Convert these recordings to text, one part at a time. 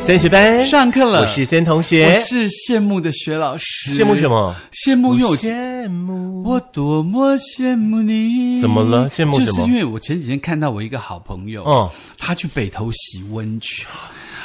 三学班上课了我是森同学我。是羡慕的薛老师，羡慕什么？羡慕因为我羡慕我多么羡慕你。怎么了羡慕什么就是因为我前几天看到我一个好朋友，哦他去北投洗温泉，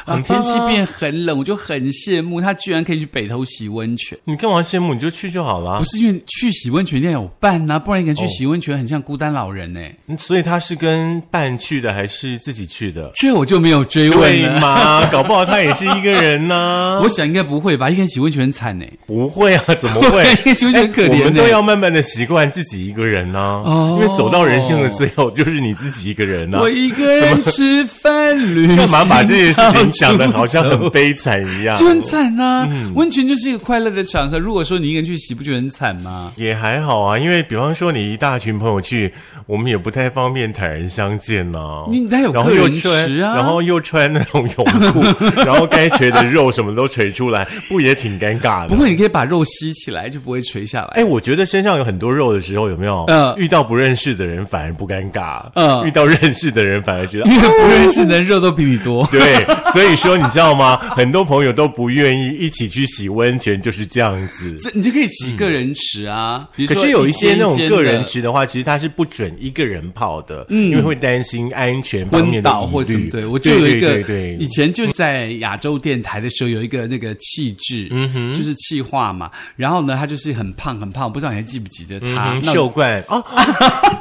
很啊，棒啊天气变很冷，我就很羡慕他居然可以去北投洗温泉。你干嘛羡慕？你就去就好了不。是因为去洗温泉店有伴呐、不然一个人去洗温泉很像孤单老人呢、嗯所以他是跟伴去的还是自己去的？这我就没有追问对了。嘛？搞不好他也是一个人呢、 我想应该不会吧，一个人洗温泉很惨呢、不会啊，怎么 会？哎对就觉得可怜我们呢都要慢慢的习惯自己一个人呢、哦因为走到人生的最后，就是你自己一个人呢、我一个人吃饭旅行，干嘛把这件事情讲的好像很嗯悲惨一样？ 就很惨呐、温泉就是一个快乐的场合，如果说你一个人去洗，不觉得很惨吗？也还好啊，因为比方说你一大群朋友去，我们也不太方便坦然相见呐、你哪有然后客人又穿，池啊然后又穿那种泳裤， 然后该垂的肉什么都垂出来，不也挺尴尬的？不过你可以把肉吸起来，就不会垂下 来。哎，我觉得身上有很多肉的时候，有没有？嗯遇到不认识的人反而不尴尬，嗯遇到认识的人反而觉得。。因为不认识的肉都比你多对，所以说你知道吗？很多朋友都不愿意一起去洗温泉，就是这样子。这你就可以洗个人池啊，比如嗯可说是有一些那种间个人的嗯池的话，其实它是不准一个人泡的，因为会担心安全方面的昏倒疑或什么虑。对，我就有一个，对对以对前就是在亚洲电台的时候有一个那个气质，嗯就是气化嘛。然后呢，他就是很胖很胖，我不知道你还记不记得他？嗯，啊那秀 冠哦，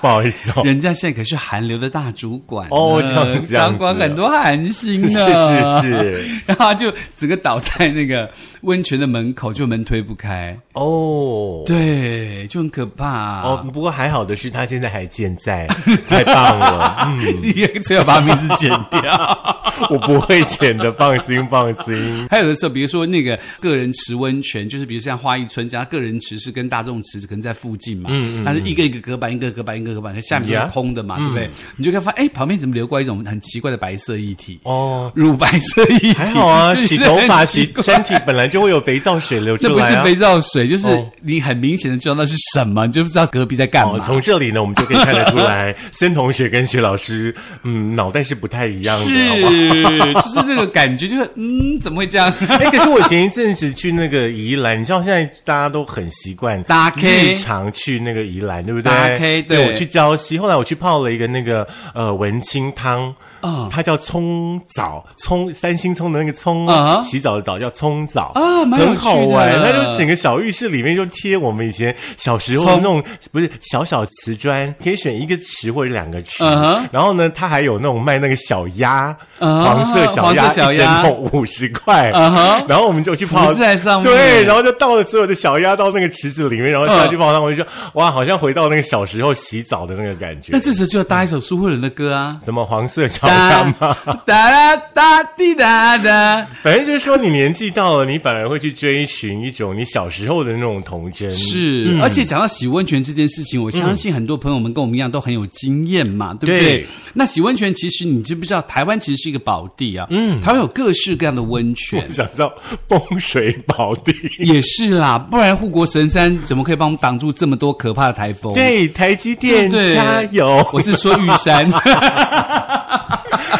不好意思哦，人家现在可是韩流的大主管呢哦这样子掌管很多韩星呢。 是是是， 然后他就整个倒在那个温泉的门口，就门推不开，哦，对，就很可怕、啊。哦，不过还好的是，他现在还健在，太棒 了！嗯，你最好把名字剪掉。 我不会剪的，放心放 心。还有的时候，比如说那个个人池温泉，就是比如像花艺村家个人池是跟大众池可能在附近嘛，嗯但是一个一个隔板，一个隔板，一个隔板，可下面都 Yeah 是空的嘛，对嗯不对？你就看发现，哎，旁边怎么流过一种很奇怪的白色液体？哦，乳白色液体，还好 啊，就是洗头发、很奇洗怪身体本来就会有肥皂水流那出不来是啊。肥皂水，就是哦你很明显的知道那是什么，你就不知道隔壁在干哦嘛。，从这里呢，我们就可以看得出来， 森同学跟薛老师，嗯，脑袋是不太一样的，好不好？是， 就是那个感觉，就是嗯，怎么会 这样？哎，可是我前一阵子去那个宜兰，你知道现在大家都很习惯搭 K 日常去那个宜兰，对不对？搭 K，对我去礁溪，后来我去泡了一个那个呃文青汤，啊它叫葱澡，葱三星葱的那个葱，啊洗澡的澡叫葱澡啊蛮有很好趣的玩。它就整个小浴室里面就贴我们以前小时候葱那种不是小小瓷砖，可以选一个池或者两个池嗯哼，然后呢，它还有那种卖那个小鸭，啊黄色小鸭黄色小一整鸭桶五十块，啊哈然后我们就去泡浮在上面嗯对，然后就倒了所有的小鸭到那个池子里面，然后下去泡汤，我就说哇，好像回到那个小时候洗澡的那个感觉那。这时候就要搭一首苏慧伦的歌啊，什么黄色小鸭吗？哒啦哒滴哒哒，反正就是说，你年纪到了，你反而会去追寻一种你小时候的那种童真。是。嗯而且讲到洗温泉这件事情，我相信很多朋友们跟我们一样都很有经验嘛，对不对对？那洗温泉其实你知不知道，台湾其实是一个宝地啊，嗯，台湾有各式各样的温泉我。想到风水宝地，也是啦，不然护国神山怎么可以帮我们挡住这么多可怕的台风？对，台积电对加油！ 我是说玉 山，哎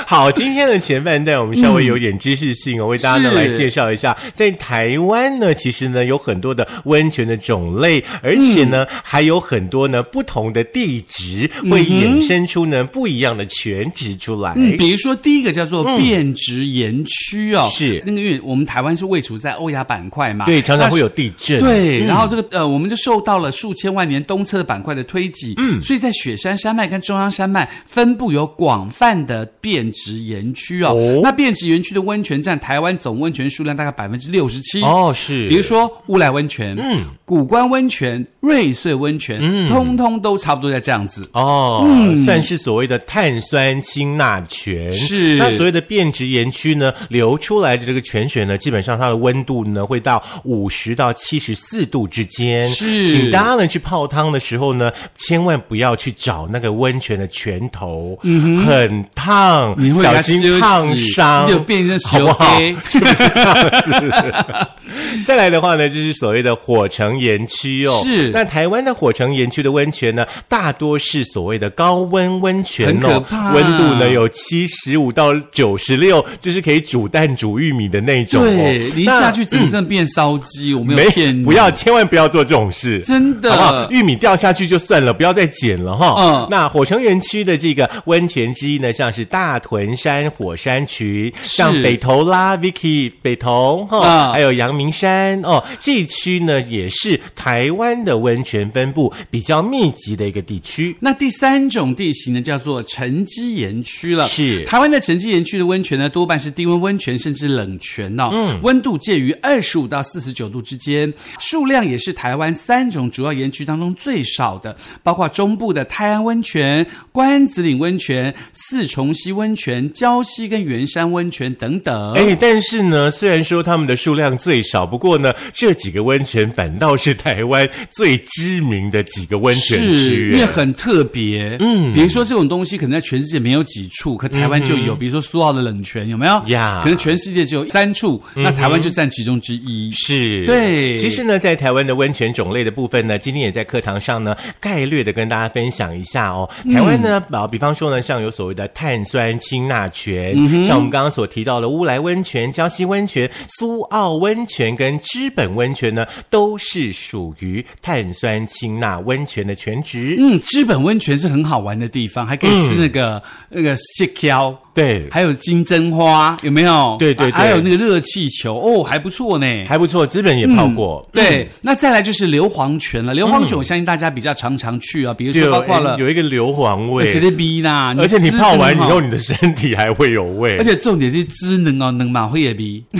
好，今天的前半段我们稍微有点知识性哦，为大家呢嗯是来介绍一下，在台湾呢，其实呢有很多的温泉的种类，而且呢、嗯还有很多呢不同的地质会衍生出呢、不一样的泉质出来。嗯 比如说第一个叫做变质岩区哦，嗯是那个因为我们台湾是位处在欧亚板块嘛，对，常常那会有嗯地震。对，然后这个呃，我们就受到了数千万年东侧的板块的推挤，嗯，所以在雪山山脉跟中央山脉分布有广泛的变质岩区哦。哦那变质岩区的温泉占台湾总温泉数量大概百分之六十七。哦，是，比如说乌来温泉、嗯，古关温泉、瑞穗温泉，嗯，通通都差不多在这样子。哦，嗯算是所谓的碳酸氢钠泉。是那所谓的变质岩区呢，流出来的这个泉水呢，基本上它的温度呢会到五十到七十四度之间。是请大家呢去泡汤的时候呢，千万不要去找那个温泉的泉头，很烫，嗯你会给小它休心息烫伤，又变成好不好 OK？？是不是这样子？ 再来的话呢，就是所谓的火城岩区哦。是那台湾的火城岩区的温泉呢，大多是所谓的高温温泉很可哦，怕温度呢有七十五到九十六，就是可以煮蛋煮玉米的那种哦。对，你一那下去真的变烧鸡，我没有骗你，不要，千万不要做这种事，真的好不好？玉米掉下去就算了，不要再捡了哈。嗯那火成园区的这个温泉之一呢，像是大屯山火山群，像北投啦、Vicky 北投哈，嗯还有阳明山哦，这一区呢也是台湾的温泉分布比较密集的一个地区。那第三种地形呢，叫做沉积岩区了。是台湾的沉积岩区的温泉呢，多半是低温温泉甚至冷泉哦，嗯温度介于二十五到四十九度之间，数量也是台湾三种主要岩区当中最少的，包括中部的泰安温泉、关子岭温泉、四重溪温泉、礁溪跟圆山温泉等等。哎，但是呢，虽然说他们的数量最少，不过呢，这几个温泉反倒是台湾最知名的几个温泉是，区。因为哎很特别。嗯，比如说这种东西可能在全世界没有几处，可台湾就有。比如说苏澳的冷泉有没有？嗯呀嗯可能全世界只有三处，那台湾就占其中之一。是，对其实呢，在台湾的温泉种类的部分呢，今天也在课堂上呢，概略的跟大家分享一下哦。嗯台湾呢，啊、比方说呢，像有所谓的碳酸氢钠泉，嗯像我们刚刚所提到的乌来温泉、礁溪温泉、苏澳温泉跟知本温泉呢，都是属于碳酸氢钠温泉的泉质。嗯，知本温泉是很好玩的地方，还可以吃那个、嗯那个蟹条，对。还有金针花，有没有？对对对还有那个热气球，哦，还不错呢。还嗯不错，知本也泡过。嗯 对，那再来就是硫磺泉了。硫磺泉，我相信大家比较常常去啊，比嗯如就说有包括了呃有一个硫磺味，杰逼啦，而且你知泡道完以哈后，你的身体还会有味而。且重点是知能哦，能马会也比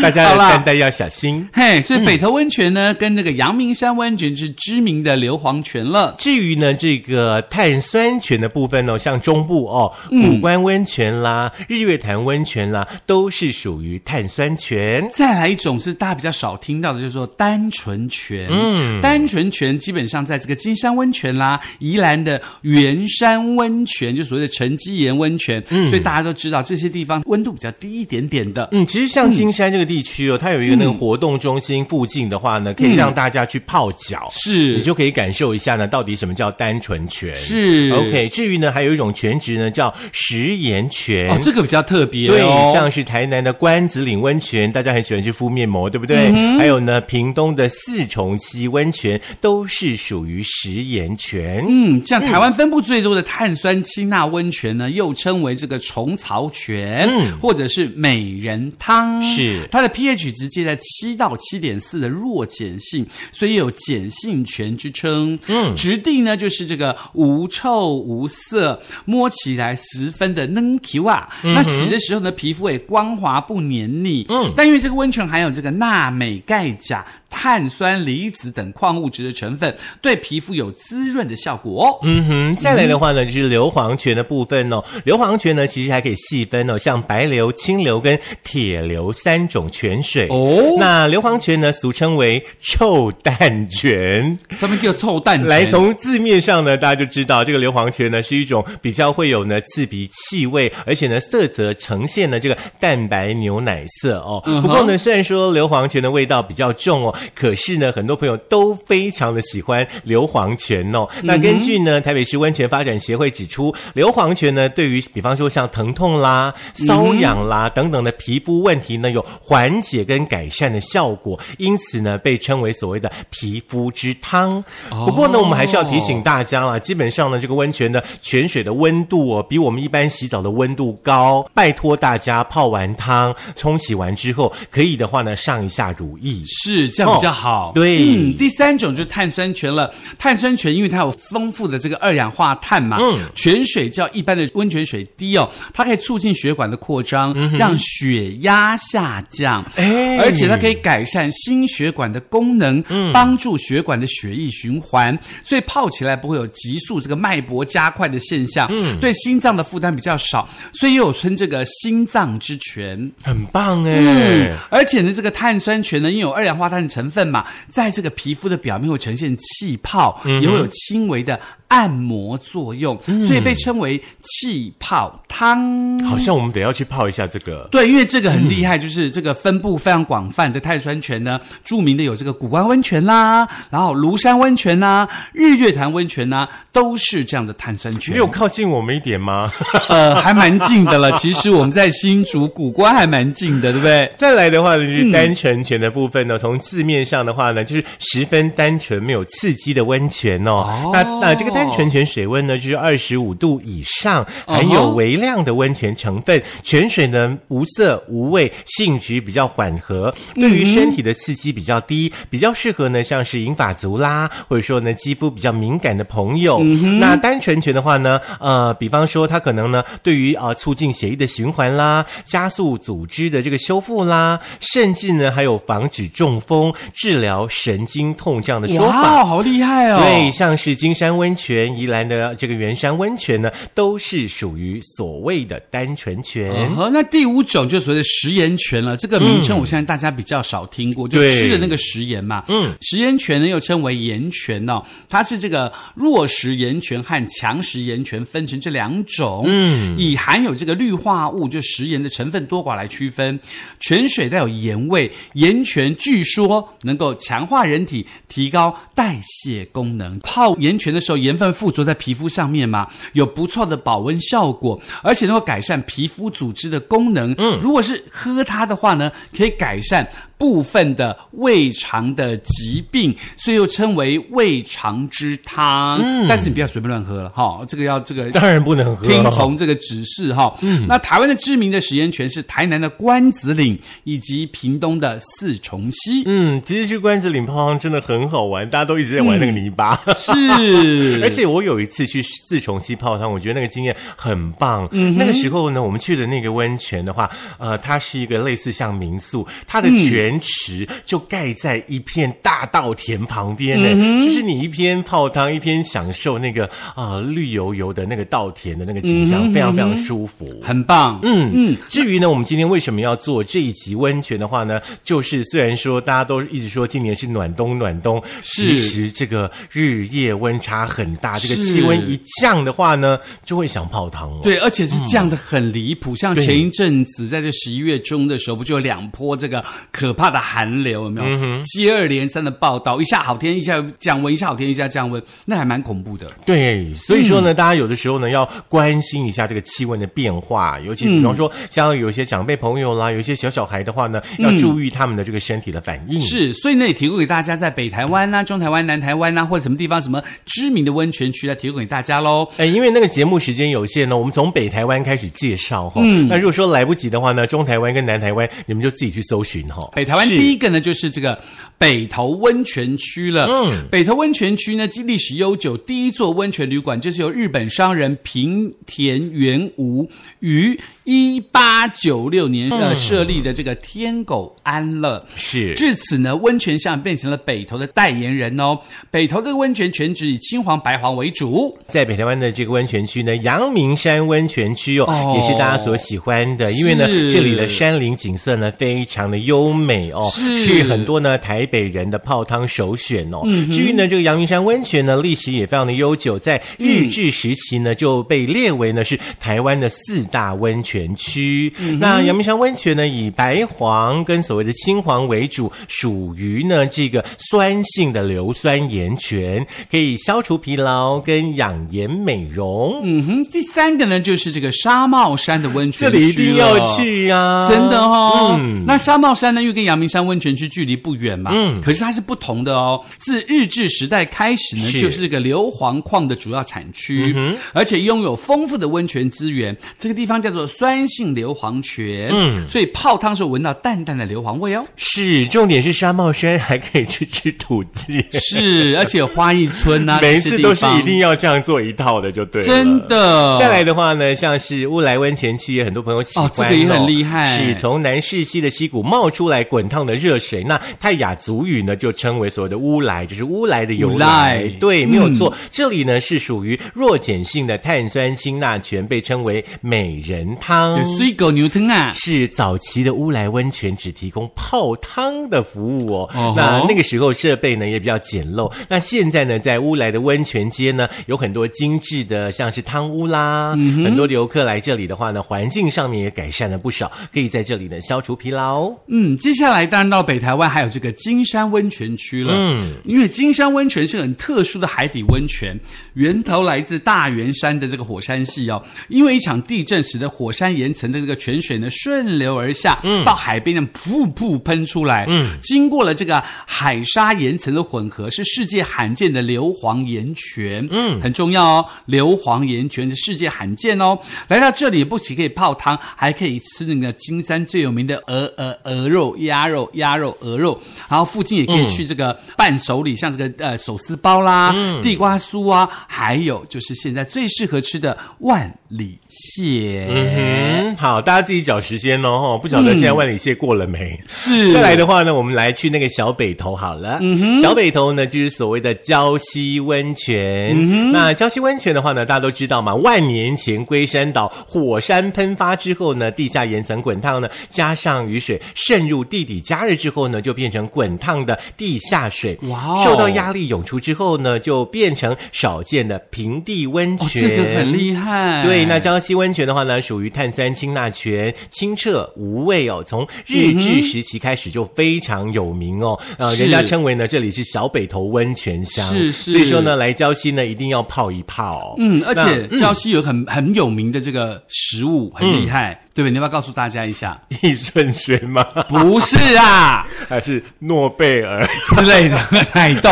大家好的啦担待要小心。嘿，嗯所以北投温泉呢，跟那个阳明山温泉是知名的硫磺泉了。至于呢，这个碳酸泉的部分呢、像中部哦，嗯古关温泉啦、日月潭温泉啦，都是属于碳酸泉。再来一种是大家比较少听到的，就是说单纯泉。嗯，单纯泉基本上在这个金山温泉啦、宜兰的圆山温泉，就所谓的沉积岩温泉，所以大家都知道这些地方温度比较低一点点的。嗯，其实像金山这个地嗯区哦，它有一个那个活动中心附近的话呢，可以让大家去泡脚，是你就可以感受一下呢，到底什么叫单纯泉。是 OK。至于呢，还有一种泉质呢叫食盐泉。哦，这个比较特别对哦，，像是台南的关子岭温泉，大家很喜欢去敷面膜，对不对？还有呢，屏东的四重溪温泉都是属于食盐泉。嗯，像台湾分布最多的碳酸氢钠温泉呢，又称为这个虫草泉，或者是美人汤，是它的 pH 值介在七到七点四的弱碱性，所以有碱性泉之称。嗯，质地呢就是这个无臭无色，摸起来十分的嫩 Q 啊。那洗的时候呢，皮肤也光滑不黏腻。嗯，但因为这个温泉含有这个钠镁钙钾。碳酸离子等矿物质的成分，对皮肤有滋润的效果哦。嗯哼，再来的话呢，就是硫磺泉的部分哦。硫磺泉呢，其实还可以细分哦，像白硫、青硫跟铁硫三种泉水。哦那硫磺泉呢，俗称为臭蛋泉。他们叫臭蛋来，泉从字面上呢，大家就知道这个硫磺泉呢是一种比较会有呢刺鼻气味，而且呢色泽呈现呢这个蛋白牛奶色哦。嗯哼不过呢，虽然说硫磺泉的味道比较重哦，可是呢，很多朋友都非常的喜欢硫磺泉哦。嗯那根据呢台北市温泉发展协会指出，硫磺泉呢对于比方说像疼痛啦、嗯瘙痒啦、等等的皮肤问题呢有缓解跟改善的效果，因此呢被称为所谓的皮肤之汤。不过呢，我们还是要提醒大家啦，基本上呢，这个温泉的泉水的温度哦，比我们一般洗澡的温度高。拜托大家泡完汤、冲洗完之后，可以的话呢，上一下乳液。是这样比较好。哦对嗯，第三种就是碳酸泉了。碳酸泉因为它有丰富的这个二氧化碳嘛，嗯，泉水较一般的温泉水低哦，它可以促进血管的扩张，让血压下降，嗯哎嗯而且它可以改善心血管的功能，帮助血管的血液循环，所以泡起来不会有急速这个脉搏加快的现象，嗯，对心脏的负担比较少，所以也有称这个心脏之泉。很棒哎、嗯，而且呢，这个碳酸泉呢，因为有二氧化碳成成分嘛，在这个皮肤的表面会呈现气泡，嗯也会有轻微的按摩作用，所以被称为气泡汤。好像我们得要去泡一下这个。对，因为这个很厉害，就是这个分布非常广泛的泰山泉呢，著名的有这个古关温泉啦，然后庐山温泉啦、日月潭温泉啦，都是这样的碳酸泉没。有靠近我们一点吗？呃，还蛮近的了。其实我们在新竹古关还蛮近的，对不对？再来的话呢，就是单纯泉的部分呢，从字面上的话呢，就是十分单纯、没有刺激的温泉哦。哦那那这个单纯泉水温呢，就是二十五度以上，含有微量的温泉成分，泉水呢无色无味，性质比较缓和，对于身体的刺激比较低，比较适合呢像是银发族啦，或者说呢肌肤比较敏感的朋友。那单纯泉的话呢，呃，比方说它可能呢对于啊、呃促进血液的循环啦，加速组织的这个修复啦，甚至呢还有防止中风、治疗神经痛这样的说法。哇，好厉害哦！对，像是金山温泉、宜兰的这个圆山温泉呢，都是属于所谓的单纯泉。嗯哼，那第五种就是所谓的食盐泉了。这个名称我相信大家比较少听过，就对吃的那个食盐嘛。嗯，食盐泉呢又称为盐泉哦，它是这个弱食盐泉和强食盐泉分成这两种。嗯，以含有这个氯化物就食盐的成分多寡来区分。泉水带有盐味，盐泉据说能够强化人体，提高代谢功能。泡盐泉的时候，盐分附着在皮肤上面嘛，有不错的保温效果，而且能够改善皮肤组织的功能。嗯，如果是喝它的话呢，可以改善部分的胃肠的疾病，所以又称为胃肠之汤。嗯，但是你不要随便乱喝了哈、这个要这个当然不能喝，听从这个指示哈。嗯，那台湾的知名的食盐泉是台南的关子岭以及屏东的四重溪。嗯，其实去关子岭泡汤真的很好玩，大家都一直在玩那个泥巴。是，而且我有一次去四重溪泡汤，我觉得那个经验很棒。那个时候呢，我们去的那个温泉的话，呃，它是一个类似像民宿，它的泉池就盖在一片大稻田旁边呢、欸就是你一边泡汤，一边享受那个啊、绿油油的那个稻田的那个景象，非常非常舒服。很棒。嗯嗯，至于呢，我们今天为什么要做这一集温泉的话呢？就是虽然说大家都一直说今年是暖冬暖冬，其实这个日夜温差很大，这个是气温一降的话呢，就会想泡汤哦。对，而且是降的很离谱。像对前一阵子，在这十一月中的时候，不就有两波这个可怕的寒流，有没有？接二连三的报道，一下好天，一下降温，一下好天，一下降温，那还蛮恐怖的。对，所以嗯说呢，大家有的时候呢要关心一下这个气温的变化，尤其嗯比方说像有一些长辈朋友啦，有一些小小孩的话呢，要注意他们的这个身体的反应。嗯是，所以呢，也提供给大家在北台湾呐、啊中台湾、南台湾啊呐、或者什么地方什么知名的温泉区来提供给大家喽。哎，因为那个节目时间有限呢，我们从北台湾开始介绍哈、嗯那如果说来不及的话呢，中台湾跟南台湾你们就自己去搜寻哈、哎北台湾是第一个呢，就是这个北投温泉区了。嗯，北投温泉区呢，经历史悠久，第一座温泉旅馆就是由日本商人平田元吾于一八九六年呃设立的这个天狗庵了。嗯是至此呢，温泉巷变成了北投的代言人哦。北投的温泉全址以青黄白黄为主。在北台湾的这个温泉区呢，阳明山温泉区哦，哦也是大家所喜欢的，因为呢，是这里的山林景色呢非常的优美哦，是很多呢台北人的泡汤首选哦。嗯至于呢这个阳明山温泉呢，历史也非常的悠久，在日治时期呢、就被列为呢是台湾的四大温泉区。嗯那阳明山温泉呢以白黄跟所谓的青黄为主，属于呢这个酸性的硫酸盐泉，可以消除疲劳跟养颜美容。嗯哼，第三个呢，就是这个沙帽山的温这泉区里一定了要去啊！真的哦。嗯那沙帽山呢，又跟阳明山温泉区距离不远嘛。嗯，可是它是不同的哦。自日治时代开始呢，是嗯就是这个硫磺矿的主要产区，而且拥有丰富的温泉资源。这个地方叫做酸性硫磺泉，嗯，所以泡汤时候闻到淡淡的硫磺 味哦。是重点是沙帽山还可以去吃土鸡。是，而且有花艺村啊，每一这些次地都是方一定要这样做一套的，就对了。真。哦的。再来的话呢，像是乌来温泉区，很多朋友喜欢哦这个也很厉害是从南势溪的溪谷冒出来滚烫的热水。那泰雅族语呢，就称为所谓的乌来，就是乌来的由乌来来。嗯对，没有错。这里呢是属于弱碱性的碳酸氢钠泉，被称为美人汤就。水狗牛汤啊，是早期的乌来温泉只提供泡汤的服务哦。哦吼那那个时候设备呢也比较简陋。那现在呢，在乌来的温泉街呢，有很多精致的，像是汤屋啦，很多游客来这里的话呢，环境上面也改善了不少，可以在这里呢消除疲劳。嗯，接下来当然到北台湾还有这个金山温泉区了。嗯，因为金山温泉是很特殊的海底温泉，源头来自大圆山的这个火山系哦。因为一场地震使得火山岩层的这个泉水呢顺流而下，嗯，到海边呢噗噗喷出来。嗯，经过了这个海沙岩层的混合，是世界罕见的硫磺岩泉。嗯，很重要哦，硫磺岩泉是世界罕见哦。来到这里不仅可以泡汤，还可以吃那个金山最有名的鹅鹅鹅肉、鸭肉、鸭肉、鹅肉，然后附近也可以去这个伴手礼，像这个呃手撕包啦、嗯地瓜酥啊，还有就是现在最适合吃的万里蟹。嗯，好，大家自己找时间哦。吼不晓得现在万里蟹过了没？是嗯再来的话呢，我们来去那个小北头好了。小北头呢，就是所谓的礁溪温泉。嗯那礁溪温泉的话呢，大家都知道嘛，万年前龟山岛火山喷发之后呢，地下岩层滚烫呢，加上雨水渗入地底加热之后呢，就变成滚烫的地下水。哇哦受到压力涌出之后呢，就变成少见的平地温哦，泉。这个很厉害。对，那礁溪温泉的话呢，属于碳酸氢钠泉，清澈无味哦。从日治时期开始就非常有名哦。呃，是人家称为呢，这里是小北头温泉乡。是是所以说呢，来礁溪呢，一定要泡一泡、哦。嗯，而那且礁溪有很很有名的这个食物，很厉嗯害，对不对？你要不要告诉大家一下？易顺水吗？ 不是啊还是诺贝尔之类的奶冻。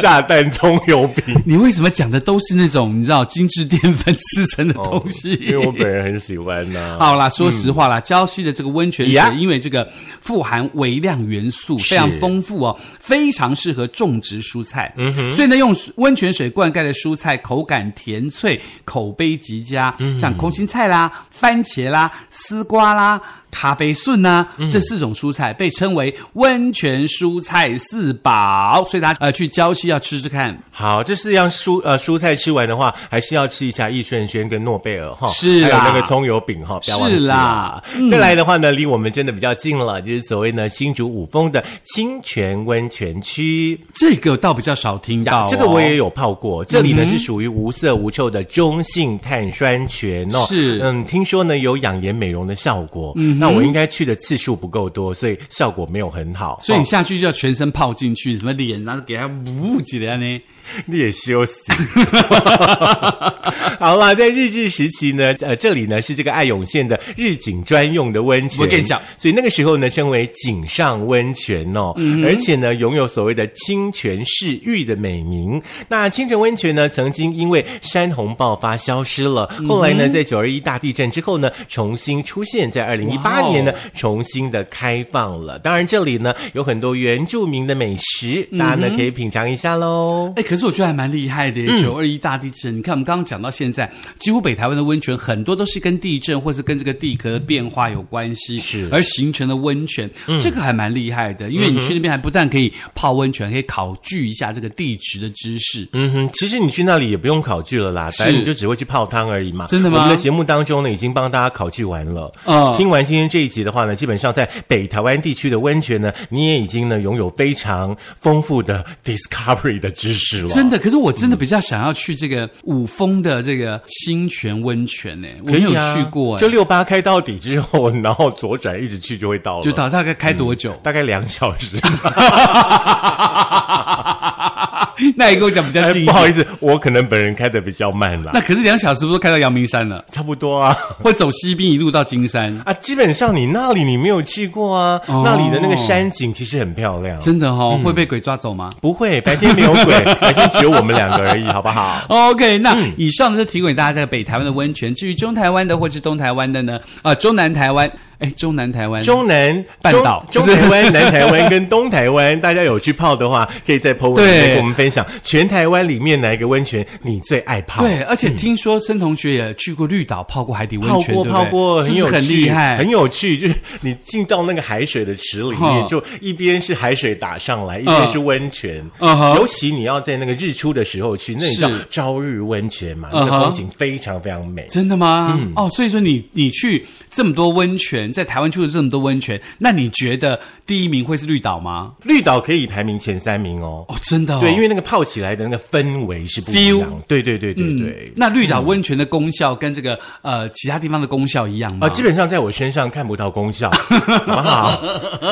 炸弹葱油饼？你为什么讲的都是那种你知道精致淀粉制成的 哦东西？因为我本人很喜欢 呐、好啦，说实话啦，礁溪的这个温泉水啊嗯 Yeah，因为这个富含微量元素，是非常丰富哦，非常适合种植蔬菜。嗯哼，所以呢，用温泉水灌溉的蔬菜口感甜脆，口碑极佳，嗯像空心菜啦、番茄啦、丝瓜啦。卡贝顺呐、嗯这四种蔬菜被称为温泉蔬菜四宝，所以大家呃去礁溪要吃吃看。好，这四样蔬呃蔬菜吃完的话，还是要吃一下益顺轩跟诺贝尔哈，是还有啦那个葱油饼哈，不要忘记嗯是啦再来的话呢，离我们真的比较近了，就是所谓呢新竹五峰的清泉温泉区。这个倒比较少听呀到、哦，这个我也有泡过。这里呢、是属于无色无臭的中性碳酸泉哦。是嗯，听说呢有养颜美容的效果。嗯，那我应该去的次数不够多，所以效果没有很好。所以哦你下去就要全身泡进去，什么脸，然后给它捂起来呢？ 你也休息。好啦，在日治时期呢，呃，这里呢是这个爱永县的日景专用的温泉。我跟你讲，所以那个时候呢，称为井上温泉哦，嗯而且呢，拥有所谓的清泉市域的美名。那清泉温泉呢，曾经因为山洪爆发消失了，嗯后来呢，在九二一大地震之后呢，重新出现，在二零一哇八哦年呢，重新的开放了。当然，这里呢有很多原住民的美食，大家嗯呢可以品尝一下喽。哎，可是我觉得还蛮厉害的嗯耶！九二一大地震，你看我们刚刚讲到现在，几乎北台湾的温泉很多都是跟地震或是跟这个地壳的变化有关系，是嗯而形成的温泉，这个还蛮厉害的。因为你去那边还不但可以泡温泉，可以考据一下这个地质的知识。嗯哼，其实你去那里也不用考据了啦，反正你就只会去泡汤而已嘛。真的吗我们的节目当中呢，已经帮大家考据完了。嗯听完今天这一集的话呢，基本上在北台湾地区的温泉呢，你也已经呢拥有非常丰富的 discovery 的知识了。真的，可是我真的比较想要去这个五峰的这个清泉温泉呢，我可没有以啊去过就哎，六八开到底之后，然后左转一直去就会到了，就大大概开多久？ 大概两小时。那你跟我讲比较哎近一点，不好意思，我可能本人开的比较慢啦那，可是两小时不是开到阳明 山了，差不多啊。会走西滨一路到金山，啊，基本上你那里你没有去过啊，哦那里的那个山景其实很漂亮。真的哦，会被鬼抓走吗？不会，白天没有鬼， 白天只有我们两个而已，好不好？ OK，那以上呢是提供给大家这个北台湾的温泉。至于中台湾的或是东台湾的呢，啊、中南台湾哎，中南台湾中南半岛中中台 湾、南台湾跟东台湾，大家有去泡的话，可以在 po 文里面对跟我们分享全台湾里面哪一个温泉你最爱泡。对，而且听说申同学也去过绿岛嗯泡过海底温泡泉，过对不对泡过，是很不是有趣，很厉害，很有趣。就是你进到那个海水的池里面，哈就一边是海水打上来，一嗯边是温泉。嗯哼尤其你要在那个日出的时候去，那你知道是朝日温泉嘛，嗯那哼个风景非常非常美。真的吗？哦，所以说你你去这么多温泉，在台湾去了这么多温泉，那你觉得第一名会是绿岛吗？绿岛可以排名前三名哦。哦，真的、哦，对，因为那个泡起来的那个氛围是不一样 Feel。嗯对对对对对。那绿岛温泉的功效跟这个呃其他地方的功效一样吗？啊，基本上在我身上看不到功 效，好不好？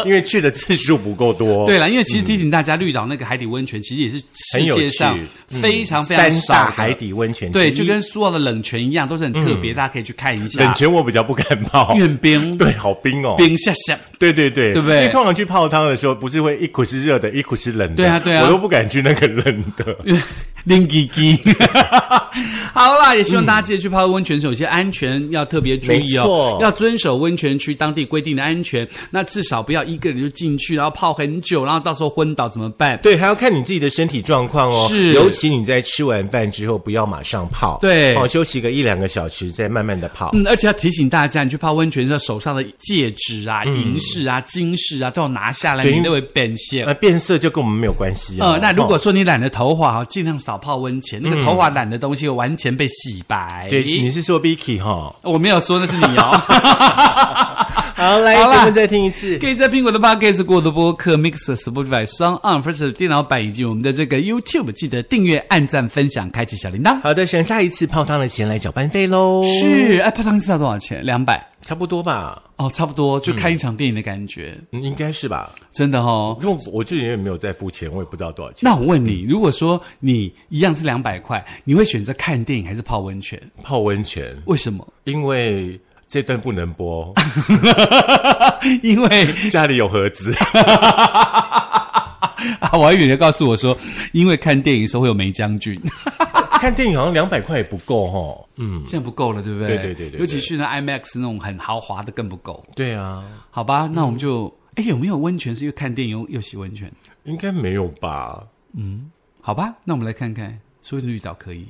因为去的次数不够多。 对了，因为其实提醒大家，绿岛那个海底温泉其实也是世嗯很有界上趣嗯非常非常三少大的海底温泉之对，一，就跟苏澳的冷泉一样，都是很特别，大家可以去看一 下。冷泉我比较不敢 泡，院冰，对，好冰哦。冰下下，对对对，对不对因为通常去泡汤的时候，不是会一股是热的，一股是冷的。对啊对啊我都不敢去那个冷的。 拎鸡鸡。 好啦，也希望大家记得去泡温泉，首先安全要特别注意没哦错，要遵守温泉区当地规定的安全。那至少不要一个人就进去，然后泡很久，然后到时候昏倒怎么办？对，还要看你自己的身体状况哦。是尤其你在吃完饭之后，不要马上泡，对哦，休息个一两个小时，再慢慢的泡。嗯，而且要提醒大家，你去泡温泉的时候，手上的戒指啊、银饰啊、金饰啊，都要拿下来，嗯对你那会变现。呃，变色就跟我们没有关系哦。呃，那如哦果说你染了头发哦，尽量少泡温泉，那个头发染的东西会完全被洗白。嗯对，你是说 Vicky 哈？我没有说那是你哦。 好，好来啦节目再听一次可。以在苹果的 Podcast、过的播客、Mixer、Spotify、s o n On、First 电脑版以及我们的这个 YouTube，记得订阅、按赞、分享、开启小铃铛。好的，省下一次泡汤的钱来搅拌费喽。，是，哎，泡汤知道多少钱？两百差不多吧？哦，差不多，就看一场电影的感觉，嗯应该是吧？真的哦。因为我我自己也没有在付钱，我也不知道多少钱。那我问你，如果说你一样是两百块，你会选择看电影还是泡温泉？泡温泉，为什么？ 因为这段不能播，因为 家里有盒子。啊，我还以为你告诉我说，因为看电影的时候会有梅将军，看电影好像两百块也不够哈。嗯，现在不够了，对不对？对对对对对尤其去那 IMAX 那种很豪华的更不够。对啊，好吧，那我们就哎、有没有温泉是又看电影又又洗温泉？应该没有吧？好吧，那我们来看看，说不定绿岛可以。